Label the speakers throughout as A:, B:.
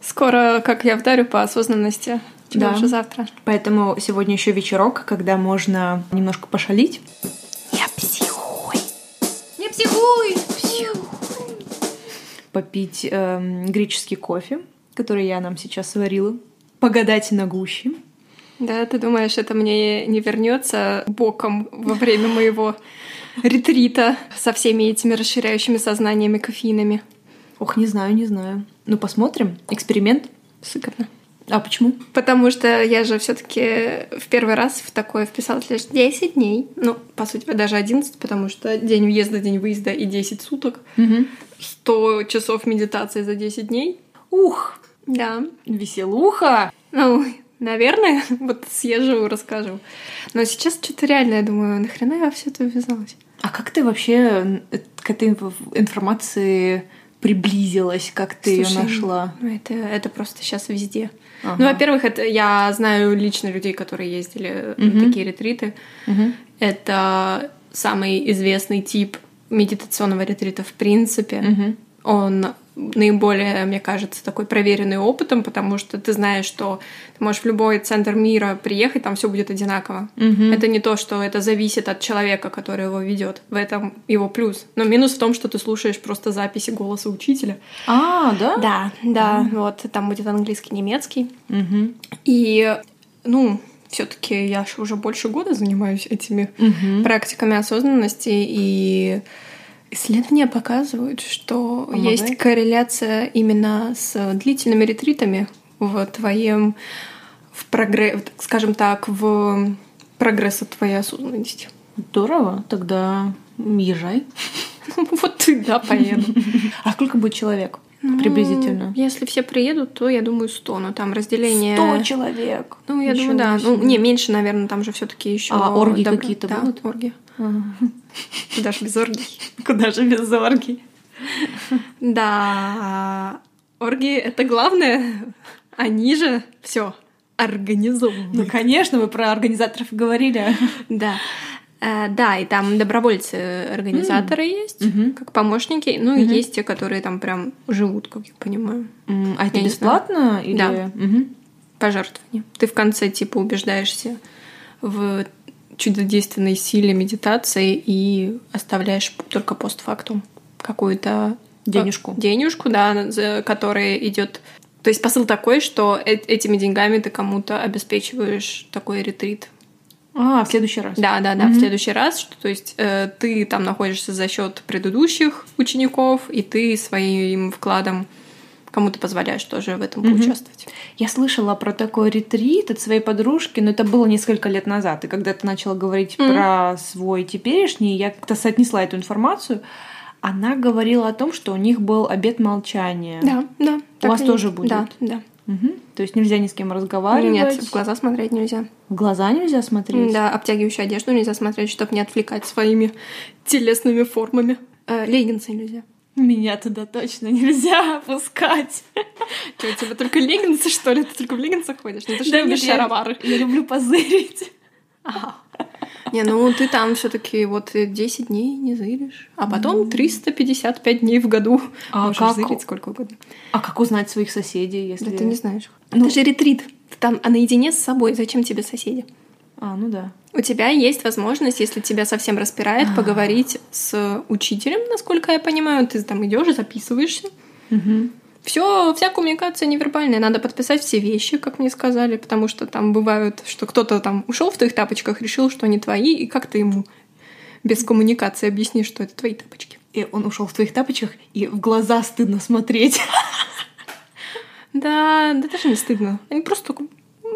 A: Скоро, как я вдарю по осознанности. Тебя
B: Да.
A: уже завтра.
B: Поэтому сегодня еще вечерок, когда можно немножко пошалить.
A: Я психуй.
C: Не психуй!
B: попить эм, греческий кофе, который я нам сейчас сварила, погадать на гуще.
A: Да, ты думаешь, это мне не вернется боком во время моего ретрита со всеми этими расширяющими сознаниями кофеинами?
B: Ох, не знаю, не знаю. Ну, посмотрим. Эксперимент.
A: Сыкотно.
B: А почему?
A: Потому что я же все таки в первый раз в такое вписалась лишь 10 дней. Ну, по сути, даже 11, потому что день въезда, день выезда и 10 суток. 100 часов медитации за 10 дней.
B: Ух,
A: Да.
B: веселуха!
A: Ну, наверное, вот съезжу, расскажу. Но сейчас что-то реально, я думаю, нахрена я во все это ввязалась?
B: А как ты вообще э, к этой инф- информации приблизилась? Как ты ее
A: Слушай,
B: нашла?
A: Ну, это, это просто сейчас везде.
B: Ага.
A: Ну, во-первых, это я знаю лично людей, которые ездили на
B: Мгм.
A: такие ретриты.
B: Мгм.
A: Это самый известный тип медитационного ретрита в принципе.
B: Мгм.
A: Он наиболее, мне кажется, такой проверенный опытом, потому что ты знаешь, что ты можешь в любой центр мира приехать, там все будет одинаково.
B: Мгм.
A: Это не то, что это зависит от человека, который его ведет. В этом его плюс. Но минус в том, что ты слушаешь просто записи голоса учителя.
B: А, да?
A: Да, да, вот там будет английский, немецкий.
B: Мгм.
A: И, ну, все-таки я ж уже больше года занимаюсь этими
B: Мгм.
A: практиками осознанности, и исследования показывают, что
B: Помогает?
A: есть корреляция именно с длительными ретритами в твоем, в прогре- в, скажем так, в прогресса твоей осознанности.
B: Здорово. Тогда м, езжай.
A: Вот ты, да, поеду.
B: А сколько будет человек? Приблизительно.
A: Ну, Если все приедут, то, я думаю, 100, но там разделение...
B: Сто человек.
A: Ну, я думаю, да.
B: Ничего
A: Ну,
B: себе.
A: не, меньше, наверное, там же все таки еще
B: А оргии какие-то
A: да,
B: будут?
A: оргии.
B: Ага.
A: Куда ж без оргий?
B: Куда же без зорги?
A: Да, оргии — это главное, они же все организованы.
B: Ну, конечно, мы про организаторов и говорили.
A: Да. Э, Да, и там добровольцы-организаторы есть,
B: Мгм.
A: как помощники, ну и
B: Мгм.
A: есть те, которые там прям живут, как я понимаю,
B: М, А это
A: Я не
B: бесплатно? Или...
A: Да.
B: Мгм.
A: пожертвования. Ты в конце типа убеждаешься в чудодейственной силе медитации и оставляешь только постфактум какую-то
B: Денежку.
A: э, денежку, да, за- которая идет. То есть посыл такой, что э- этими деньгами ты кому-то обеспечиваешь такой ретрит.
B: А, в следующий раз.
A: Да, да, да, в
B: Мгм.
A: следующий раз, что, то есть э, ты там находишься за счет предыдущих учеников, и ты своим вкладом кому-то позволяешь тоже в этом
B: Мгм.
A: поучаствовать.
B: Я слышала про такой ретрит от своей подружки, но это было несколько лет назад. И когда ты начала говорить
A: Мгм.
B: про свой теперешний, я как-то соотнесла эту информацию. Она говорила о том, что у них был обед молчания.
A: Да, да. так
B: вас
A: и
B: тоже
A: есть.
B: будет?
A: Да, да.
B: Мгм. То есть нельзя ни с кем разговаривать.
A: Нет, в глаза смотреть нельзя.
B: В глаза нельзя смотреть.
A: Да, обтягивающую одежду нельзя смотреть, чтобы не отвлекать своими телесными формами. Э, леггинсы нельзя.
B: Меня туда точно нельзя опускать.
A: Что, у тебя только леггинсы, что ли? Ты только в леггинсах ходишь? Ну, ты же
B: Да
A: любишь
B: нет, я-
A: шаровары.
B: Я люблю позырить.
A: Не, ну ты там все таки вот 10 дней не зыришь. А потом 355 дней в году.
B: А
A: Можешь
B: как-
A: зырить сколько угодно.
B: А как узнать своих соседей, если...
A: Да ты не знаешь.
B: Ну-
A: Это же ретрит. Ты там а наедине с собой. Зачем тебе соседи?
B: А, ну да.
A: У тебя есть возможность, если тебя совсем распирает, поговорить с учителем, насколько я понимаю. Ты там идешь, записываешься. Все, вся коммуникация невербальная. Надо подписать все вещи, как мне сказали, потому что там бывают, что кто-то там ушел в твоих тапочках, решил, что они твои, и как ты ему без коммуникации объяснишь, что это твои тапочки.
B: И он ушел в твоих тапочках, и в глаза стыдно смотреть.
A: Да, да даже не стыдно. Они просто такой, «М,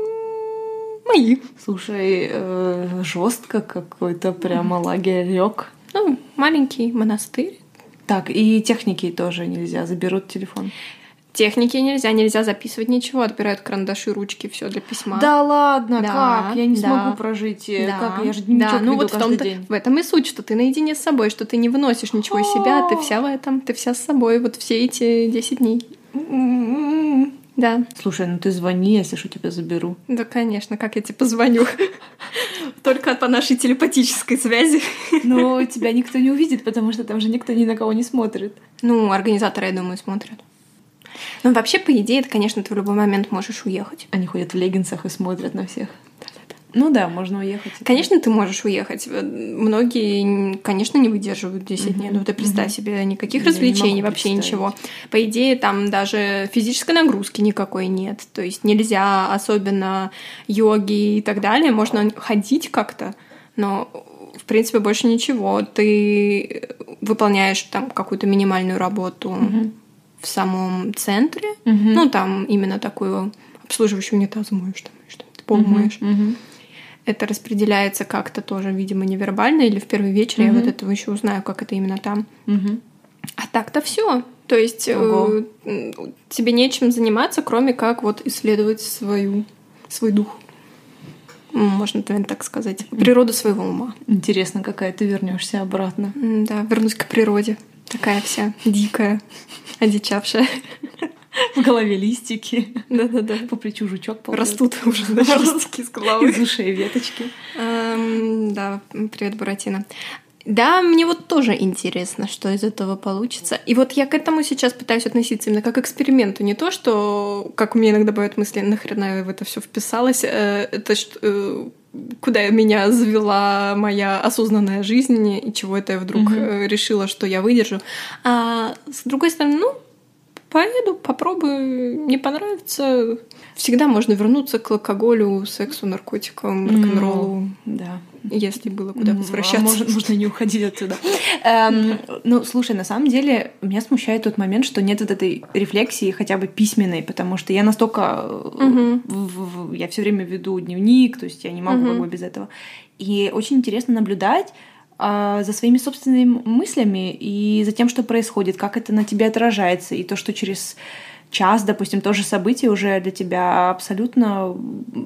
A: мои.
B: Слушай, э, жестко какой-то прямо лагерек.
A: Ну, маленький монастырь.
B: Так, и техники тоже нельзя, заберут телефон.
A: Техники нельзя, нельзя записывать ничего, отбирают карандаши, ручки, все для письма.
B: Да ладно,
A: Да,
B: как? Я не
A: да.
B: смогу прожить. э,
A: Да,
B: Как? Я же
A: да,
B: дневничок
A: ну
B: веду
A: вот в,
B: каждый
A: том-то-
B: день.
A: в этом и суть, что ты наедине с собой, что ты не выносишь ничего из себя, а ты вся в этом, ты вся с собой вот все эти 10 дней.
B: М-м-м.
A: Да,
B: Слушай, ну ты звони, если что, тебя заберу.
A: да, конечно, как я тебе позвоню? Только по нашей телепатической связи.
B: Но тебя никто не увидит, потому что там же никто ни на кого не смотрит.
A: Ну, организаторы, я думаю, смотрят. Ну, вообще, по идее, это, конечно, ты в любой момент можешь уехать.
B: Они ходят в леггинсах и смотрят на всех. Ну да, можно уехать.
A: Конечно, ты можешь уехать. Э, Многие, конечно, не выдерживают 10 дней. Ну, ты представь себе, никаких
B: Я не могу
A: развлечений, вообще
B: представить.
A: ничего. По идее, там даже физической нагрузки никакой нет. То есть нельзя, особенно йоги и так далее. Можно ходить как-то, но, в принципе, больше ничего. Ты выполняешь там какую-то минимальную работу в самом центре. Ну, там именно такую обслуживающую унитаз моешь, там, что пол моешь.
B: Мгм.
A: Это распределяется как-то тоже, видимо, невербально, или в первый вечер я
B: Мгм.
A: вот этого еще узнаю, как это именно там.
B: Мгм.
A: А так-то все. То есть э,
B: Ого.
A: м, тебе нечем заниматься, кроме как вот исследовать свою, свой дух. М, Можно, наверное, так сказать. Природу своего ума.
B: Интересно, какая ты вернешься обратно.
A: М, Да, вернусь к природе. Такая вся дикая, одичавшая.
B: В голове листики,
A: Да-да-да.
B: по плечу жучок ползет.
A: Растут уже, значит, листики с головы.
B: Из ушей веточки.
A: Эм, Да, привет, Буратино. Да, мне вот тоже интересно, что из этого получится. И вот я к этому сейчас пытаюсь относиться именно как к эксперименту. Не то, что, как мне иногда бывают мысли, нахрена я в это все вписалась, э, это что, э, куда меня завела моя осознанная жизнь, и чего это я вдруг
B: Мгм.
A: э, решила, что я выдержу. А с другой стороны, ну, поеду, попробую, не понравится. Всегда можно вернуться к алкоголю, сексу, наркотикам, рок-н-роллу
B: Да.
A: если было куда
B: М,
A: возвращаться.
B: а может- можно не уходить отсюда. Эм, ну, слушай, на самом деле меня смущает тот момент, что нет вот этой рефлексии хотя бы письменной, потому что я настолько... э,
A: Мгм.
B: в- в- я все время веду дневник, то есть я не могу
A: Мгм.
B: как бы без этого. И очень интересно наблюдать а, за своими собственными мыслями и за тем, что происходит, как это на тебе отражается, и то, что через час, допустим, то же событие уже для тебя абсолютно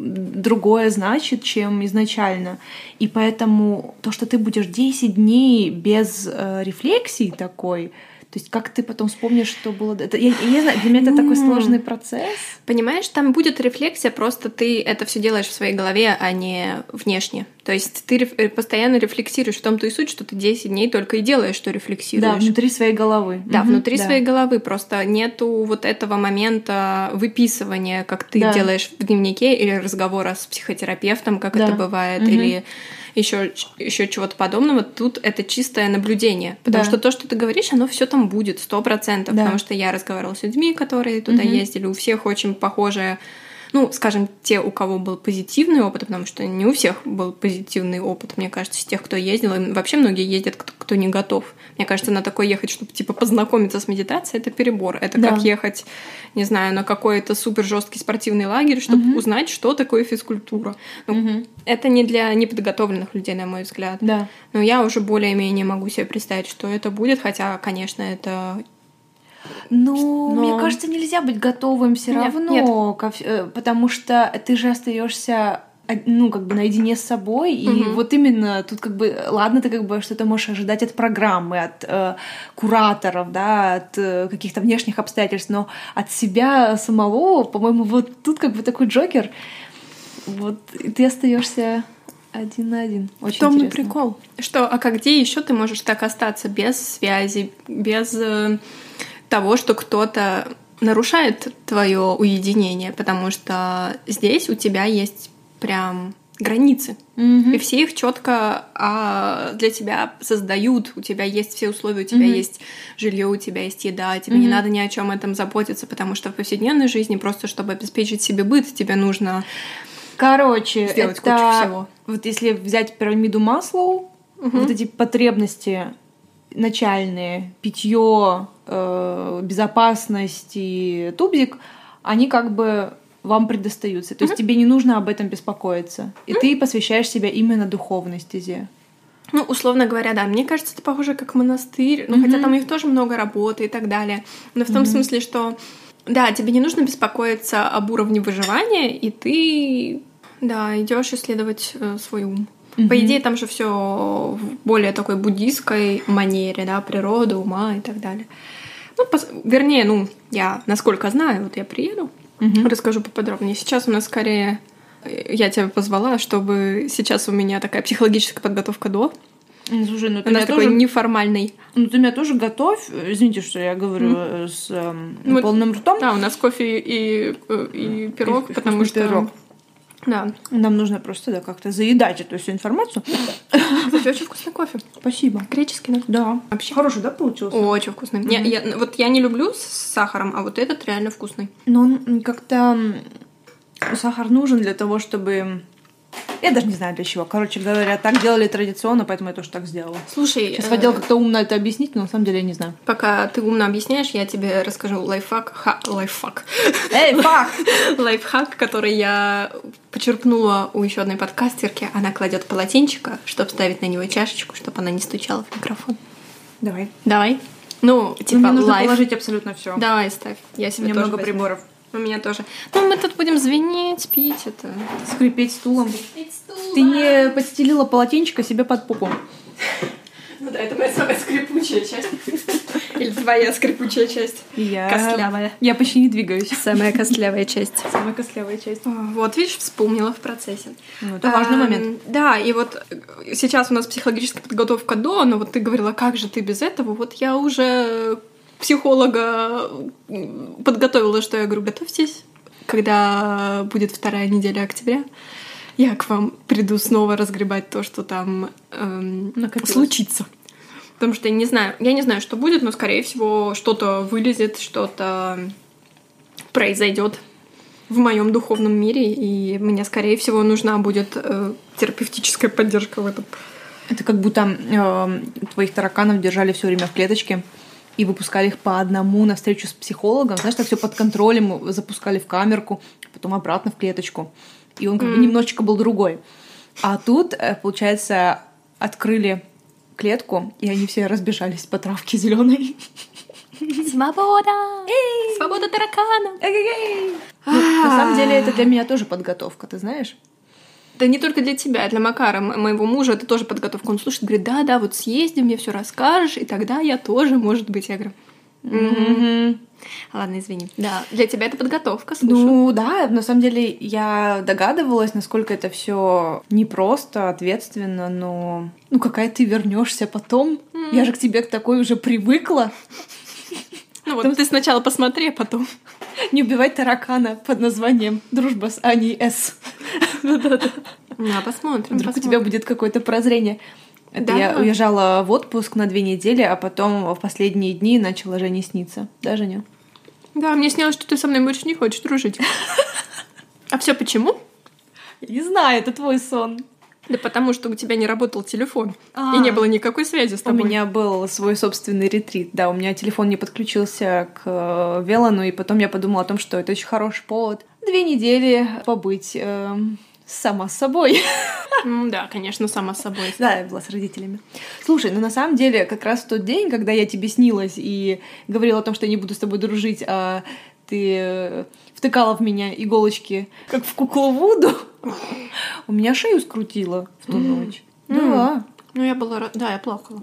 B: другое значит, чем изначально. И поэтому то, что ты будешь 10 дней без э, рефлексии такой, то есть как ты потом вспомнишь, что было... до- Это, я, я не знаю, для меня это
A: М.
B: такой сложный процесс.
A: Понимаешь, там будет рефлексия, просто ты это все делаешь в своей голове, а не внешне. То есть ты реф- э, постоянно рефлексируешь в том-то и суть, что ты 10 дней только и делаешь, что
B: Да,
A: рефлексируешь.
B: внутри своей головы.
A: Да,
B: Мгм,
A: внутри
B: да.
A: своей головы просто нету вот этого момента выписывания, как ты
B: Да.
A: делаешь в дневнике или разговора с психотерапевтом, как
B: Да.
A: это бывает,
B: Мгм.
A: или еще еще чего-то подобного. Тут это чистое наблюдение, потому
B: Да.
A: что то, что ты говоришь, оно все там будет сто процентов,
B: Да.
A: потому что я разговаривала с людьми, которые туда
B: Мгм.
A: ездили, у всех очень похожее. Ну, скажем, те, у кого был позитивный опыт, потому что не у всех был позитивный опыт, мне кажется, из тех, кто ездил, и вообще многие ездят, кто- кто не готов. Мне кажется, на такое ехать, чтобы типа познакомиться с медитацией, это перебор. Это
B: Да.
A: как ехать, не знаю, на какой-то супер жесткий спортивный лагерь, чтобы
B: Мгм.
A: узнать, что такое физкультура. Ну,
B: Мгм,
A: Это не для неподготовленных людей, на мой взгляд.
B: Да.
A: Но я уже более-менее могу себе представить, что это будет, хотя, конечно, это
B: Ну,
A: Но-
B: мне кажется, нельзя быть готовым все
A: Нет,
B: равно, ко вс- э, потому что ты же остаешься ну, как бы наедине с собой, и
A: Мгм.
B: вот именно тут как бы, ладно, ты как бы что-то можешь ожидать от программы, от э, кураторов, да, от э, каких-то внешних обстоятельств, но от себя самого, по-моему, вот тут как бы такой Джокер, вот и ты остаешься один на один. Очень
A: В том и
B: интересно.
A: прикол. Что, а как где еще ты можешь так остаться без связи, без э, того, что кто-то нарушает твое уединение, потому что здесь у тебя есть прям границы.
B: Мгм.
A: И все их четко для тебя создают. У тебя есть все условия, у тебя
B: Мгм.
A: есть жилье, у тебя есть еда, тебе не
B: Мгм.
A: надо ни о чем этом заботиться, потому что в повседневной жизни просто чтобы обеспечить себе быт, тебе нужно
B: Короче,
A: сделать
B: это...
A: кучу всего.
B: Вот если взять пирамиду Маслоу,
A: Мгм.
B: вот эти потребности начальные, питье, безопасность и тубзик, они как бы вам предостаются. То есть тебе не нужно об этом беспокоиться. И ты посвящаешь себя именно духовной стезе.
A: Ну, условно говоря, да. Мне кажется, это похоже как монастырь. Ну,
B: Мгм.
A: хотя там у них тоже много работы и так далее. Но в том смысле, что да, тебе не нужно беспокоиться об уровне выживания, и ты да, идешь исследовать э, свой ум. По идее, там же все в более такой буддийской манере, да, природа, ума и так далее. Ну, пос- вернее, ну, я, насколько знаю, вот я приеду,
B: Мгм.
A: расскажу поподробнее. Сейчас у нас скорее э, я тебя позвала, чтобы сейчас у меня такая психологическая подготовка до,
B: Ну, Слушай, ну
A: У
B: ты,
A: нас
B: меня
A: такой
B: тоже,
A: неформальный.
B: ну ты меня тоже готовь. Извините, что я говорю э, с эм,
A: Ну, вот-
B: полным ртом.
A: Да, у нас кофе и, э, и пирог,
B: И- и
A: потому
B: вкусный
A: что...
B: пирог.
A: Да,
B: Нам нужно просто да, как-то заедать эту всю информацию.
A: кстати, очень вкусный кофе.
B: Спасибо.
A: Греческий, да?
B: Да.
A: Вообще.
B: Хороший, да, получился?
A: Очень вкусный. Я- я- вот я не люблю с сахаром, а вот этот реально вкусный.
B: Но Ну, он м, как-то... м, Сахар нужен для того, чтобы... Я даже не знаю для чего. Короче говоря, так делали традиционно, поэтому я тоже так сделала.
A: Слушай,
B: Сейчас
A: э,
B: хотела как-то умно это объяснить, но на самом деле я не знаю.
A: пока ты умно объясняешь, я тебе расскажу лайфхак, ха, лайфхак,
B: Эй, фак!
A: лайфхак, который я почерпнула у еще одной подкастерки. Она кладет полотенчика, чтобы ставить на него чашечку, чтобы она не стучала в микрофон.
B: Давай.
A: Давай. Ну,
B: Ну,
A: типа
B: Мне нужно
A: лайф.
B: положить абсолютно все.
A: Давай, ставь. Я
B: У
A: себе
B: меня
A: тоже
B: много
A: возьму.
B: приборов.
A: У меня тоже. Ну, мы тут будем звенеть, пить это.
B: Скрипеть стулом. Ты не подстелила полотенчика себе под попу.
A: Ну да, это моя самая скрипучая часть. Или твоя скрипучая часть.
B: Я...
A: Костлявая.
B: Я почти не двигаюсь.
A: Самая костлявая часть.
B: Самая костлявая часть.
A: Вот, видишь, вспомнила в процессе.
B: Ну, это важный
A: Эм,
B: момент.
A: Да, и вот э, сейчас у нас психологическая подготовка до, но вот ты говорила, как же ты без этого? Вот я уже психолога м, подготовила, что я говорю, готовьтесь, когда будет вторая неделя октября, я к вам приду снова разгребать то, что там эм,
B: Накопилось.
A: случится. Потому что я не знаю, я не знаю, что будет, но скорее всего что-то вылезет, что-то произойдет в моем духовном мире, и мне, скорее всего, нужна будет э, терапевтическая поддержка в этом.
B: Это как будто э, твоих тараканов держали все время в клеточке и выпускали их по одному на встречу с психологом. Знаешь, так все под контролем запускали в камерку, потом обратно в клеточку. И он как бы немножечко был другой. А тут, э, получается, открыли клетку, и они все разбежались по травке зеленой.
A: Свобода! Свобода таракана!
B: Ну, На самом деле это для меня тоже подготовка, ты знаешь?
A: Да не только для тебя, для Макара, м- моего мужа, это тоже подготовка. Он слушает, говорит, да-да, вот съезди, мне все расскажешь, и тогда я тоже, может быть, я говорю. «Мгм». Ладно, извини. Да, для тебя это подготовка, слушай.
B: Ну да, на самом деле я догадывалась, насколько это все непросто, ответственно, но ну какая ты вернешься потом? Я же к тебе к такой уже привыкла.
A: Ну вот ты сначала посмотри, а потом.
B: Не убивать таракана под названием «Дружба с Аней С».
A: Да, посмотрим.
B: Вдруг у тебя
A: посмотрим.
B: будет какое-то прозрение. Это
A: Да.
B: я уезжала в отпуск на две недели, а потом в последние дни начала Жене сниться. Да, Женя?
A: Да, мне снилось, что ты со мной больше не хочешь дружить. А все почему?
B: Я не знаю, это твой сон.
A: Да потому что у тебя не работал телефон.
B: А.
A: И не было никакой связи с
B: У
A: тобой.
B: меня был свой собственный ретрит, да, у меня телефон не подключился к э, Велану, и потом я подумала о том, что это очень хороший повод. Две недели побыть эм, сама с собой.
A: М, Да, конечно, сама с собой.
B: Да, я была с родителями. Слушай, ну на самом деле, как раз в тот день, когда я тебе снилась и говорила о том, что я не буду с тобой дружить, а ты э, втыкала в меня иголочки, как в куклу Вуду, у меня шею скрутило в ту ночь. Да.
A: Ну, я была... ра- Да, я плакала.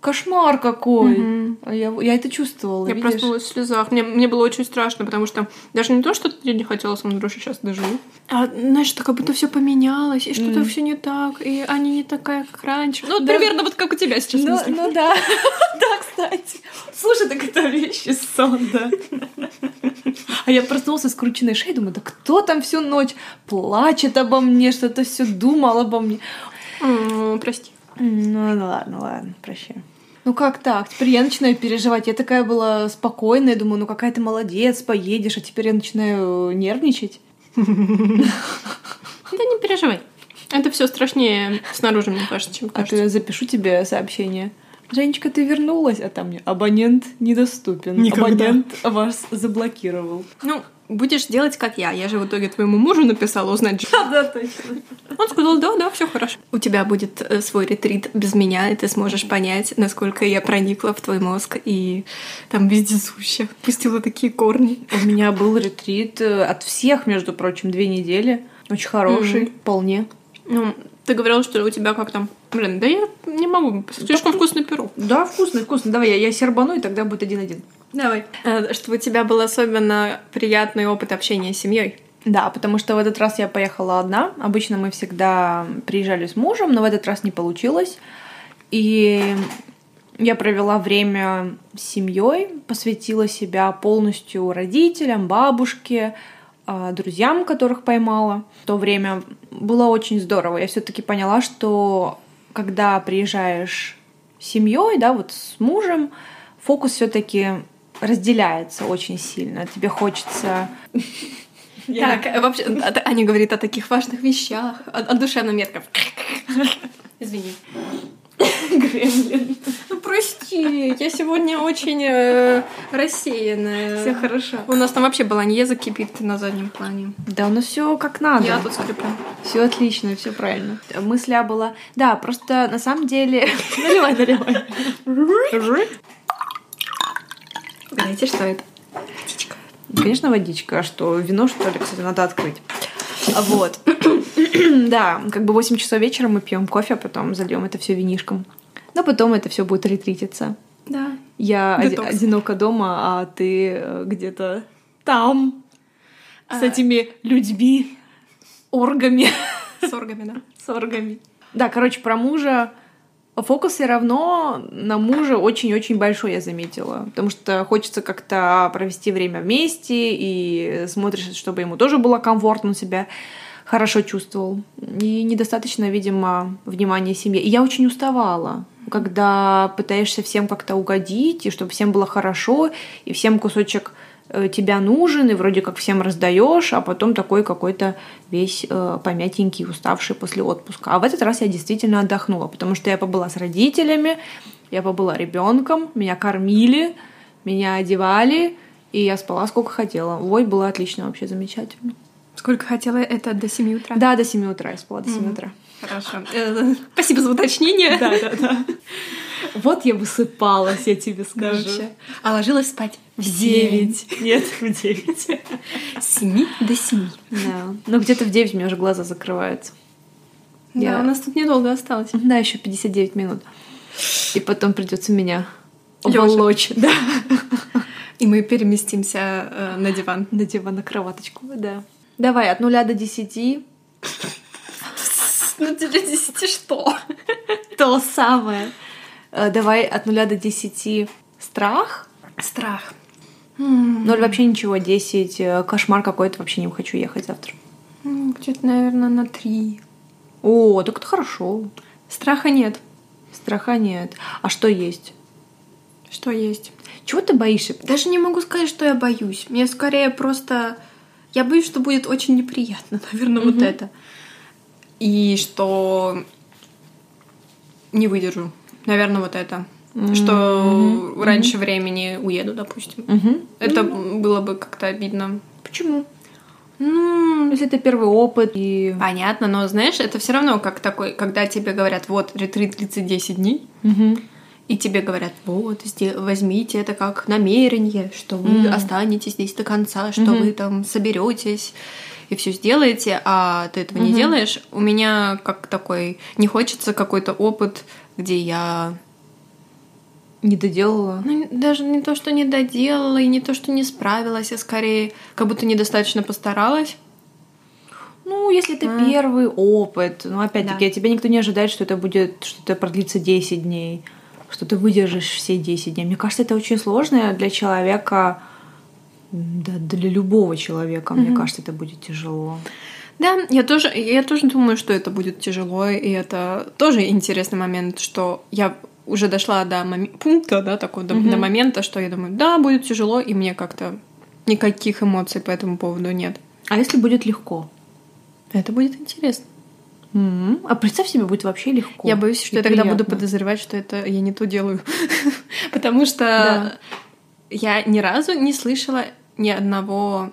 B: Кошмар какой!
A: Мгм.
B: А Я, я это чувствовала,
A: Я
B: видишь?
A: проснулась в слезах. Мне, мне было очень страшно, потому что даже не то, что я не хотела со мной дружить, сейчас доживу. А, знаешь, что как будто все поменялось, и что-то все не так, и они не такая, как раньше. Ну, вот примерно вот как у тебя сейчас.
B: Ну,
A: мысли.
B: ну да, да, кстати. Слушай, так это вещи сон, да. А я проснулся с скрученной шеей, думаю, да кто там всю ночь плачет обо мне, что-то все думал обо мне.
A: М, Прости.
B: Ну ну ладно, ладно, прощай. Ну как так? Теперь я начинаю переживать. Я такая была спокойная, думаю, ну какая ты молодец, поедешь, а теперь я начинаю нервничать.
A: Да не переживай. Это все страшнее снаружи, мне кажется, чем
B: А то
A: кажется.
B: я запишу тебе сообщение. Женечка, ты вернулась, а там мне абонент недоступен.
A: Никогда.
B: Абонент вас заблокировал.
A: Ну, будешь делать, как я. Я же в итоге твоему мужу написала узнать, что
B: Да, точно.
A: Он сказал, да, да, все хорошо. У тебя будет э, свой ретрит без меня, и ты сможешь понять, насколько я проникла в твой мозг и там вездесуще пустила такие корни.
B: У меня был ретрит э, от всех, между прочим, две недели. Очень хороший, вполне.
A: Ну, ты говорила, что у тебя как там... Блин, да я не могу, слишком вкусный пирог.
B: Да, вкусно, вкусно. Давай, я, я сербану, и тогда будет один-один.
A: Давай. Э, Что у тебя был особенно приятный опыт общения с семьей.
B: Да, потому что в этот раз я поехала одна. Обычно мы всегда приезжали с мужем, но в этот раз не получилось. И я провела время с семьей, посвятила себя полностью родителям, бабушке, а, друзьям, которых поймала. В то время было очень здорово. Я все-таки поняла, что когда приезжаешь с семьей, да, вот с мужем, фокус все-таки разделяется очень сильно. Тебе хочется
A: Так, э, вообще, а- а- Аня говорит о таких важных вещах, о, о душевном метком. Извини.
B: Гремлин.
A: Ну, прости, я сегодня очень э, рассеянная.
B: Все хорошо.
A: У нас там вообще баланьеза кипит на заднем плане.
B: Да, у нас все как надо.
A: Я тут скреплю.
B: Все отлично, все правильно. Мысля была. Да, просто на самом деле. Наливай, наливай.
A: Знаете, что это?
B: Конечно, водичка, а что вино, что ли, кстати, надо открыть. Вот. Да, как бы 8 часов вечера мы пьем кофе, а потом зальем это все винишком. Но потом это все будет ретрититься.
A: Да.
B: Я оди-
A: Детокс.
B: одинока дома, а ты э, где-то там с
A: А.
B: этими людьми, оргами.
A: С оргами, да.
B: с оргами. Да, короче, про мужа. Фокус все равно на мужа очень-очень большой, я заметила. Потому что хочется как-то провести время вместе, и смотришь, чтобы ему тоже было комфортно, он себя хорошо чувствовал. И недостаточно, видимо, внимания семье. И я очень уставала, когда пытаешься всем как-то угодить, и чтобы всем было хорошо, и всем кусочек э, тебя нужен, и вроде как всем раздаешь, а потом такой какой-то весь э, помятенький, уставший после отпуска. А в этот раз я действительно отдохнула, потому что я побыла с родителями, я побыла ребенком, меня кормили, меня одевали, и я спала сколько хотела. Ой, было отлично, вообще замечательно.
A: Сколько хотела это до 7 утра?
B: Да, до 7 утра я спала, до 7
A: Мгм.
B: утра.
A: Хорошо. Э, Спасибо за уточнение.
B: Да, да, да. Вот я высыпалась, я тебе скажу.
A: Вообще. А ложилась спать в
B: Нет, в 9.
A: С 7 до 7.
B: Да. Ну, где-то в 9 у меня уже глаза закрываются. Я-
A: Да, у нас тут недолго осталось.
B: Да, еще 59 минут. И потом придется меня
A: Лёжа.
B: волочь. Да.
A: И мы переместимся э, на диван.
B: На диван, на кроваточку. Да. Давай, от нуля до десяти.
A: Ну, тебе 10 что?
B: То самое. Э, Давай от нуля до десяти страх.
A: Страх.
B: Ноль вообще ничего, десять. э, Кошмар какой-то, вообще не хочу ехать завтра.
A: М, Где-то, наверное, на 3.
B: О, так это хорошо.
A: Страха нет.
B: Страха нет. А что есть?
A: Что есть?
B: Чего ты боишься?
A: Даже не могу сказать, что я боюсь. Мне скорее просто... Я боюсь, что будет очень неприятно, наверное, вот
B: Мгм.
A: это. И что не выдержу. Наверное, вот это. Что
B: Мгм. Ну.
A: раньше времени уеду, допустим.
B: Мгм.
A: Это было бы как-то обидно.
B: Почему?
A: Ну,
B: Если это первый опыт и...
A: понятно, но знаешь, это все равно как такой, когда тебе говорят, вот, ретрит 30-10 дней,
B: Мгм.
A: И тебе говорят, вот, сде- возьмите это как намерение, что вы
B: Мгм.
A: останетесь здесь до конца, что
B: Мгм.
A: вы там соберетесь и все сделаете, а ты этого не
B: Мгм.
A: делаешь. У меня как такой, не хочется какой-то опыт, где я
B: Не доделала.
A: ну, н- даже не то, что не доделала, и не то, что не справилась, а скорее как будто недостаточно постаралась.
B: Ну, если это
A: М.
B: первый опыт, ну, опять-таки,
A: А. Да.
B: от тебя никто не ожидает, что это будет, что это продлится 10 дней, что ты выдержишь все 10 дней. Мне кажется, это очень сложно для человека, м, да, для любого человека, мне
A: Мгм.
B: кажется, это будет тяжело.
A: Да, я тоже, я тоже думаю, что это будет тяжело, и это тоже интересный момент, что я уже дошла до моме- пункта, да, такого, до,
B: Мгм.
A: до момента, что я думаю, да, будет тяжело, и мне как-то никаких эмоций по этому поводу нет.
B: А если будет легко?
A: Это будет интересно.
B: М, А представь себе, будет вообще легко.
A: Я боюсь, что
B: и
A: я тогда буду
B: приятно.
A: подозревать, что это я не то делаю, потому
B: Да.
A: что я ни разу не слышала ни одного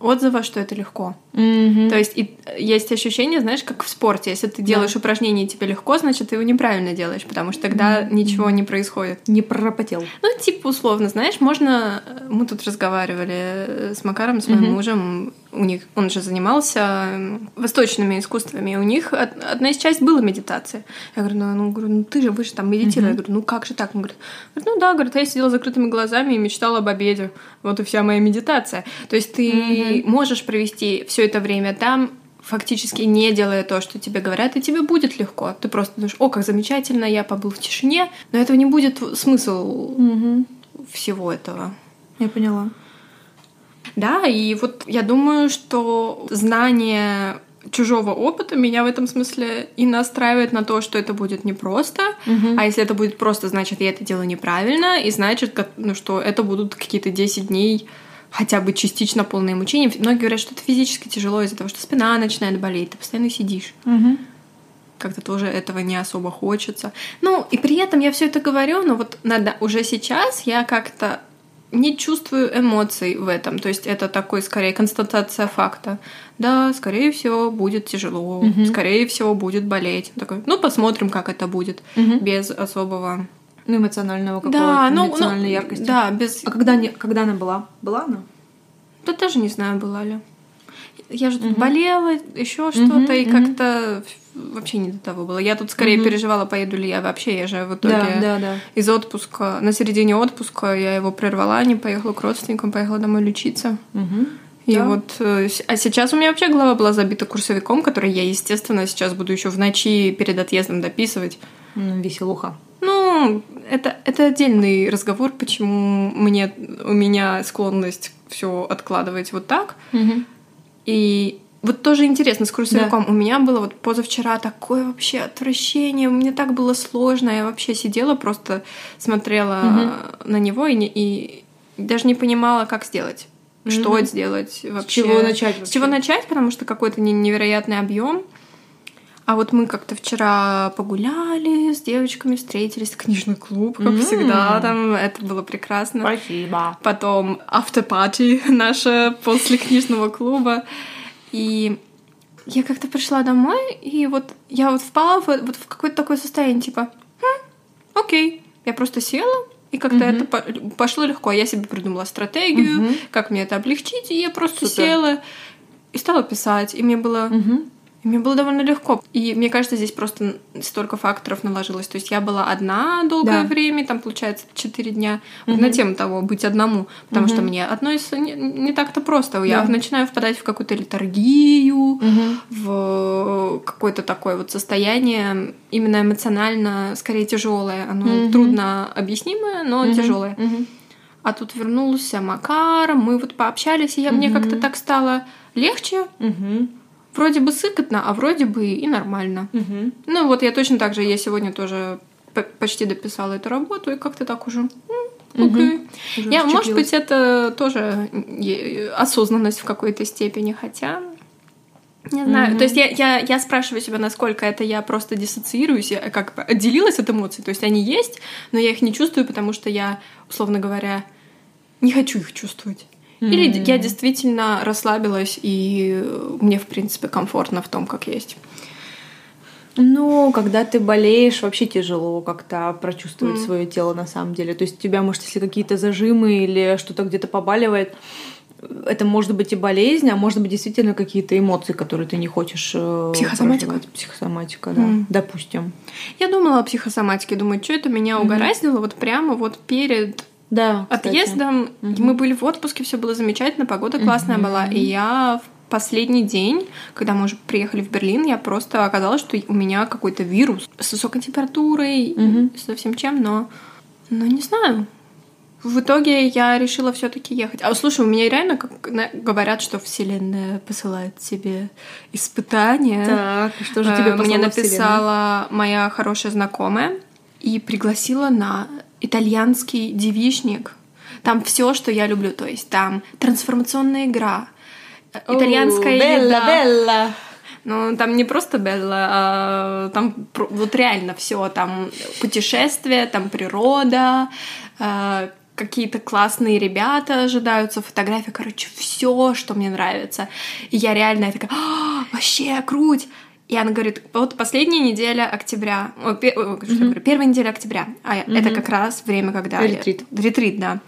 A: отзыва, что это легко.
B: Мгм.
A: То есть и э, есть ощущение, знаешь, как в спорте. Если ты делаешь упражнение и тебе легко, значит, ты его неправильно делаешь, потому что тогда ничего не происходит.
B: Не прорапотел.
A: Ну, типа, условно, знаешь, можно... э, Мы тут разговаривали э, с Макаром, с моим
B: Мгм.
A: мужем. У них... Он же занимался м, восточными искусствами. и У них од- одна из часть была медитация. Я говорю, ну, ну, говорю, ну ты же, вы же там медитировали. Я говорю, ну как же так? Он говорит, говорит, ну да, говорит, а я сидела с закрытыми глазами и мечтала об обеде. Вот и вся моя медитация. То есть ты можешь провести все это время там, фактически не делая то, что тебе говорят, и тебе будет легко. Ты просто думаешь, о, как замечательно, я побыл в тишине, но этого не будет смысл
B: Мгм.
A: всего этого.
B: Я поняла.
A: Да, и вот я думаю, что знание чужого опыта меня в этом смысле и настраивает на то, что это будет непросто. А если это будет просто, значит, я это делаю неправильно, и значит, как- ну, что это будут какие-то 10 дней хотя бы частично полные мучения. Многие говорят, что это физически тяжело из-за того, что спина начинает болеть, ты постоянно сидишь
B: Мгм.
A: как-то тоже этого не особо хочется. Ну, и при этом я все это говорю, но вот надо уже сейчас я как-то не чувствую эмоций в этом. То есть это такой, скорее, констатация факта. Да, скорее всего, будет тяжело,
B: Мгм.
A: скорее всего, будет болеть. Такой, ну, посмотрим, как это будет,
B: Мгм.
A: без особого...
B: Ну, эмоционального какого-то,
A: да, ну, ну,
B: эмоциональной яркости.
A: Да, без...
B: А когда, не, когда она была? Была она?
A: Да даже не знаю, была ли. Я же тут
B: Мгм.
A: болела, еще что-то, и
B: мгм.
A: как-то вообще не до того было. Я тут скорее
B: Мгм.
A: переживала, поеду ли я вообще. Я же в итоге
B: да, да.
A: из отпуска, на середине отпуска я его прервала, не поехала к родственникам, поехала домой лечиться. И
B: Да.
A: вот, э, с- а сейчас у меня вообще голова была забита курсовиком, который я, естественно, сейчас буду еще в ночи перед отъездом дописывать.
B: М, Веселуха.
A: Ну, это, это отдельный разговор, почему мне, у меня склонность все откладывать вот так. И вот тоже интересно с курсовиком. У меня было вот позавчера такое вообще отвращение. Мне так было сложно. Я вообще сидела, просто смотрела
B: Мгм.
A: э, на него и, не- и даже не понимала, как сделать. Что
B: Мгм.
A: сделать вообще.
B: чего начать
A: С
B: вообще?
A: чего начать, потому что какой-то не- невероятный объем. А вот мы как-то вчера погуляли с девочками, встретились, книжный клуб, как
B: М.
A: всегда, там это было прекрасно.
B: Спасибо.
A: Потом автопати наша после книжного клуба. И я как-то пришла домой, и вот я вот впала в, вот в какое-то такое состояние, типа, «Хм, окей. Я просто села, и как-то
B: Мгм.
A: это по- пошло легко. Я себе придумала стратегию,
B: Мгм.
A: как мне это облегчить, и я просто
B: Супер.
A: села и стала писать. И мне было и Мне было довольно легко. И мне кажется, здесь просто столько факторов наложилось. То есть я была одна долгое
B: Да.
A: время, там, получается, 4 дня. Вот
B: Мгм.
A: на тему того, быть одному. Потому что
B: Мгм.
A: мне одной с- не, не так-то просто. Я
B: Да.
A: начинаю впадать в какую-то литургию, в какое-то такое вот состояние именно эмоционально, скорее тяжелое. Оно
B: Мгм.
A: трудно объяснимое,
B: Ну,
A: но тяжелое. А тут вернулся Макар, мы вот пообщались, и я, мне
B: Мгм.
A: как-то так стало легче. Вроде бы сыкотно, а вроде бы и нормально. Ну вот я точно так же, я сегодня тоже п- почти дописала эту работу, и как-то так уже... м, окей. Я, может быть, это тоже э, осознанность в какой-то степени, хотя... Не знаю.
B: Мгм.
A: То есть я, я, я спрашиваю себя, насколько это я просто диссоциируюсь, я как бы отделилась от эмоций. То есть они есть, но я их не чувствую, потому что я, условно говоря, не хочу их чувствовать. Или я действительно расслабилась, и э, мне, в принципе, комфортно в том, как есть.
B: Ну, когда ты болеешь, вообще тяжело как-то прочувствовать
A: Мгм.
B: свое тело на самом деле. То есть у тебя, может, если какие-то зажимы или что-то где-то побаливает, это может быть и болезнь, а может быть действительно какие-то эмоции, которые ты не хочешь э,
A: Психосоматика.
B: проживать. Психосоматика, да.
A: Мгм.
B: Допустим.
A: Я думала о психосоматике, думаю, что это меня
B: Мгм.
A: угораздило вот прямо вот перед
B: Да.
A: отъездом.
B: Мгм.
A: Мы были в отпуске, все было замечательно, погода классная
B: Мгм.
A: была. И я в последний день, когда мы уже приехали в Берлин, я просто оказалось, что у меня какой-то вирус с высокой температурой,
B: Мгм.
A: со всем чем, но, но не знаю. В итоге я решила все-таки ехать. А слушай, у меня реально как на- говорят, что Вселенная посылает тебе испытания.
B: Так, и что же
A: Э,
B: тебе
A: мне
B: послала вселенная?
A: написала моя хорошая знакомая и пригласила на итальянский девичник. Там все, что я люблю, то есть там трансформационная игра, э,
B: а?
A: итальянская
B: О, Белла,
A: еда.
B: Белла.
A: Ну, там не просто Белла, а там про- вот реально все. Там путешествия, там природа, э, какие-то классные ребята ожидаются, фотографии, короче, все, что мне нравится. И я реально я такая, «А, вообще круть! И она говорит, вот последняя неделя октября, о, пе- о, что я говорю, первая неделя октября, а я- это как раз время, когда... я-
B: Ретрит.
A: ретрит, да.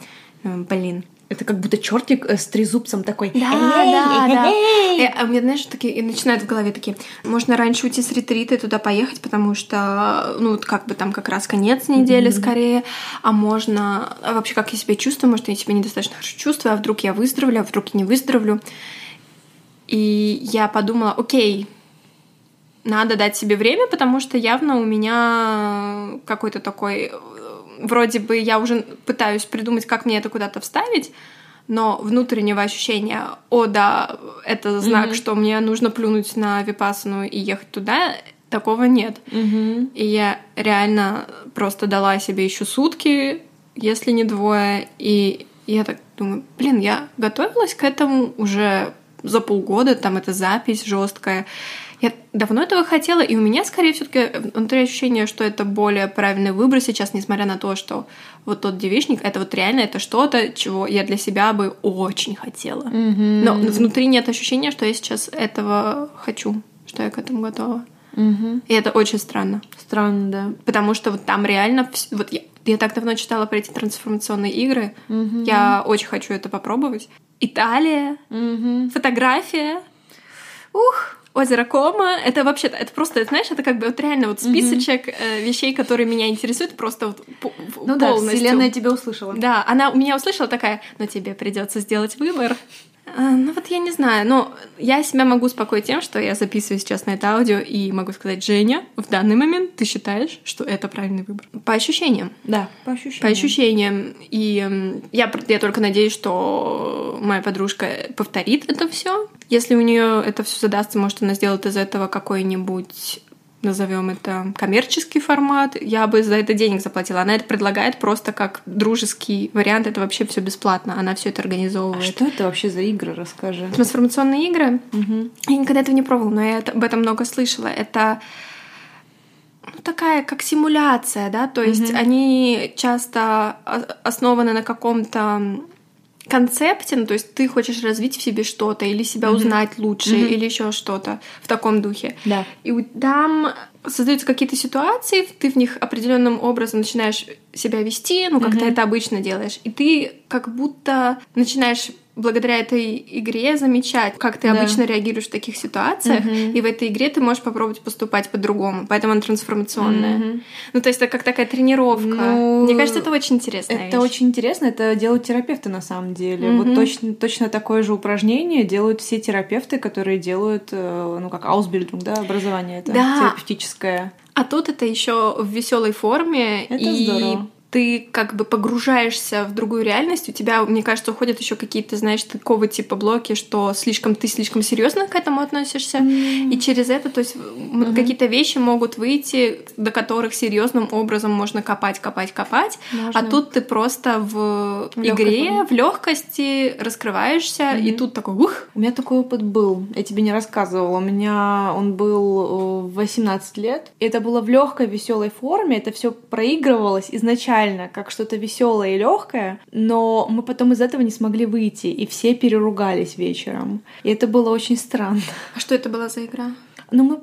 A: М, Блин.
B: Это как будто чертик э, с трезубцем такой.
A: Да,
B: «Эй,
A: да,
B: эй,
A: да.
B: эй».
A: Э, а у меня, знаешь, такие, и начинают в голове такие, можно раньше уйти с ретрита и туда поехать, потому что, ну, вот как бы там как раз конец недели скорее, а можно... А вообще, как я себя чувствую, может, я себя недостаточно хорошо чувствую, а вдруг я выздоровлю, а вдруг не выздоровлю. И я подумала, окей, надо дать себе время, потому что явно у меня какой-то такой... э, Вроде бы я уже пытаюсь придумать, как мне это куда-то вставить, но внутреннего ощущения, о да, это знак, что мне нужно плюнуть на Випасану и ехать туда, такого нет. И я реально просто дала себе еще сутки, если не двое. И я так думаю, блин, я готовилась к этому уже за полгода, там эта запись жесткая. Я давно этого хотела, и у меня скорее все-таки внутри ощущение, что это более правильный выбор сейчас, несмотря на то, что вот тот девичник, это вот реально это что-то, чего я для себя бы очень хотела. Но внутри нет ощущения, что я сейчас этого хочу, что я к этому готова. И это очень странно.
B: Странно, да.
A: Потому что вот там реально... вс- Вот я, я так давно читала про эти трансформационные игры. Я очень хочу это попробовать. Италия, фотография, ух, озеро Кома. Это вообще, это просто, знаешь, это как бы вот реально вот списочек э, вещей, которые меня интересуют просто вот по- в-
B: Ну да,
A: полностью.
B: вселенная тебя услышала.
A: Да, она у меня услышала такая, но тебе придется сделать выбор. А, Ну вот я не знаю, но я себя могу успокоить тем, что я записываю сейчас на это аудио и могу сказать, Женя, в данный момент ты считаешь, что это правильный выбор. По ощущениям.
B: Да, по
A: По
B: ощущениям.
A: ощущениям. И эм, я, пр- я только надеюсь, что моя подружка повторит это все. Если у нее это все задастся, может, она сделает из этого какой-нибудь назовем это коммерческий формат, я бы за это денег заплатила. Она это предлагает просто как дружеский вариант, это вообще все бесплатно, она все это
B: А
A: организовывает.
B: что это вообще за игры, расскажи.
A: Трансформационные игры,
B: Мгм.
A: я никогда этого не пробовала, но я это- об этом много слышала. Это ну, такая, как симуляция, да, то есть они часто о- основаны на каком-то м, концепте, ну, то есть ты хочешь развить в себе что-то или себя узнать лучше или еще что-то в таком духе.
B: Да.
A: И у- там создаются какие-то ситуации, ты в них определенным образом начинаешь себя вести, ну, как ты это обычно делаешь. И ты как будто начинаешь благодаря этой игре замечать, как ты
B: Да.
A: обычно реагируешь в таких ситуациях, и в этой игре ты можешь попробовать поступать по-другому, поэтому она трансформационная. Ну, то есть это как такая тренировка.
B: Ну,
A: Мне кажется, это очень интересно.
B: Это очень интересно, это делают терапевты на самом деле. Вот
A: Мгм.
B: точно, точно такое же упражнение делают все терапевты, которые делают, э, ну как аусбильдинг, да, образование это
A: Да.
B: терапевтическое.
A: А тут это еще в веселой форме.
B: Это
A: и
B: здорово.
A: ты как бы погружаешься в другую реальность. У тебя, мне кажется, уходят еще какие-то, знаешь, такого типа блоки, что слишком ты слишком серьезно к этому относишься. И через это, то есть, м, какие-то вещи могут выйти, до которых серьезным образом можно копать, копать, копать. А
B: Можно.
A: тут ты просто в,
B: В лёгкой
A: игре,
B: форме.
A: в легкости раскрываешься, и
B: Мгм.
A: тут такой ух!
B: У меня такой опыт был. Я тебе не рассказывала. У меня он был э, в 18 лет. И это было в легкой, веселой форме. Это все проигрывалось изначально как что-то веселое и легкое. Но мы потом из этого не смогли выйти. И все переругались вечером. И это было очень странно.
A: А что это была за игра?
B: Ну, мы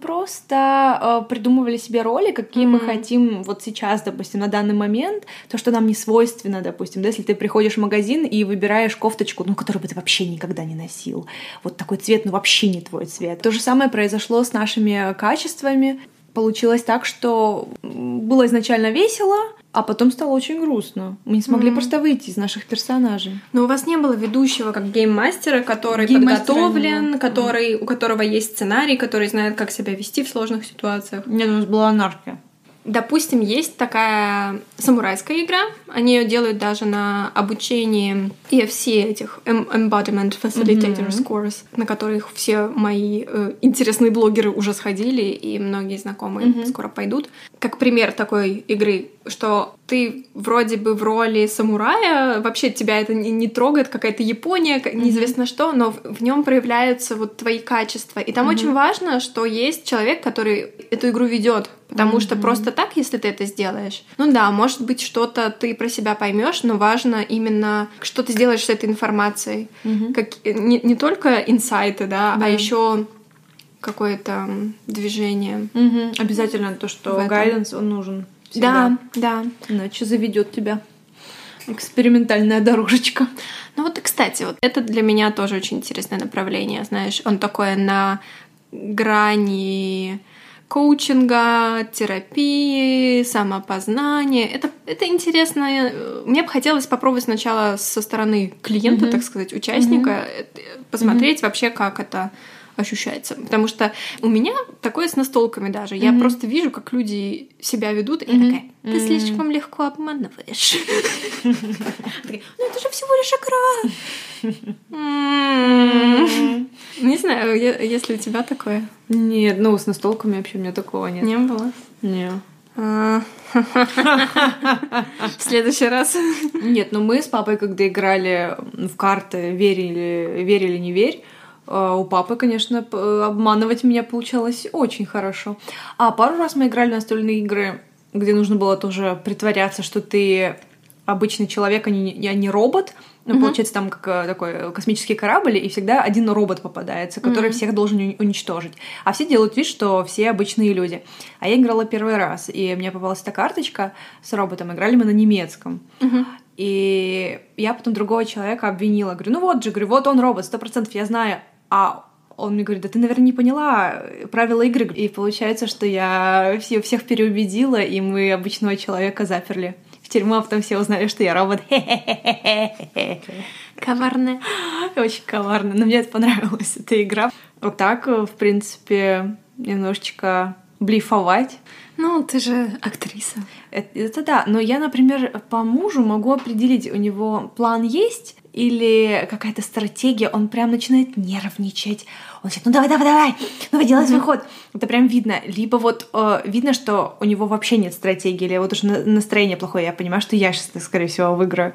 B: просто э, придумывали себе роли, какие мы
A: Мгм.
B: хотим вот сейчас, допустим, на данный момент, то, что нам не свойственно, допустим, да, если ты приходишь в магазин и выбираешь кофточку, ну, которую бы ты вообще никогда не носил, вот такой цвет, ну, вообще не твой цвет. То же самое произошло с нашими качествами. Получилось так, что м, было изначально весело, а потом стало очень грустно. Мы не смогли
A: Мгм.
B: просто выйти из наших персонажей.
A: Но у вас не было ведущего как гейммастера, который
B: Гейммастера не
A: подготовлен,
B: было.
A: который, у которого есть сценарий, который знает, как себя вести в сложных ситуациях.
B: Нет, у нас была анархия.
A: Допустим, есть такая самурайская игра. Они ее делают даже на обучении EFC этих em- Embodiment Facilitator
B: Мгм.
A: Course, на которых все мои э, интересные блогеры уже сходили, и многие знакомые
B: Мгм.
A: скоро пойдут. Как пример такой игры, что ты вроде бы в роли самурая, вообще тебя это не, не трогает, какая-то Япония, к- неизвестно что, но в, нем проявляются вот твои качества. И там очень важно, что есть человек, который эту игру ведет. Потому что просто так, если ты это сделаешь, ну да, может быть, что-то ты про себя поймешь, но важно именно, что ты сделаешь с этой информацией. Как, э, не, не только инсайты, да, а еще какое-то м, движение.
B: Обязательно то, что
A: В этом.
B: гайденс, он нужен. всегда.
A: Да, да.
B: Иначе заведет тебя экспериментальная дорожечка.
A: Ну вот, кстати, вот это для меня тоже очень интересное направление, знаешь, он такое на грани коучинга, терапии, самопознания. Это, это интересно. э, Мне бы хотелось попробовать сначала со стороны клиента, так сказать, участника, э, посмотреть вообще, как это ощущается. Потому что у меня такое с настолками даже. Я
B: Мгм.
A: просто вижу, как люди себя ведут, и я
B: Мгм.
A: такая, ты
B: Мгм.
A: слишком легко обманываешь. Такая, Ну это же всего лишь игра. М. Не знаю, е- если у тебя такое
B: Нет, ну с настолками вообще у меня такого нет.
A: не было.
B: Не.
A: А. В следующий раз.
B: Ну, Нет, но мы с папой, когда играли в карты, верили, верили, не верь, э, у папы, конечно, п- э, обманывать меня получалось очень хорошо. А пару раз мы играли в настольные игры, где нужно было тоже притворяться, что ты обычный человек, а не, а не робот. Ну,
A: Мгм.
B: получается, там как э, такой космический корабль, и всегда один робот попадается, который
A: Мгм.
B: всех должен уни- уничтожить. А все делают вид, что все обычные люди. А я играла первый раз, и мне попалась эта карточка с роботом. Играли мы на немецком.
A: Мгм.
B: И я потом другого человека обвинила. Говорю, ну вот же, говорю, вот он робот, сто процентов, я знаю. А он мне говорит, да ты, наверное, не поняла правила игры. И получается, что я все- всех переубедила, и мы обычного человека заперли в тюрьму, а потом все узнали, что я робот.
A: Коварная.
B: Очень коварно, но мне это понравилась эта игра. Вот так, э, в принципе, немножечко блефовать.
A: Ну, ты же актриса.
B: Это, это да, но я, например, по мужу могу определить, у него план есть или какая-то стратегия, он прям начинает нервничать. Он говорит, ну давай, давай, давай, давай, делай свой ход. Это прям видно. Либо вот э, видно, что у него вообще нет стратегии, или вот уже на- настроение плохое, я понимаю, что я сейчас, скорее всего, выиграю.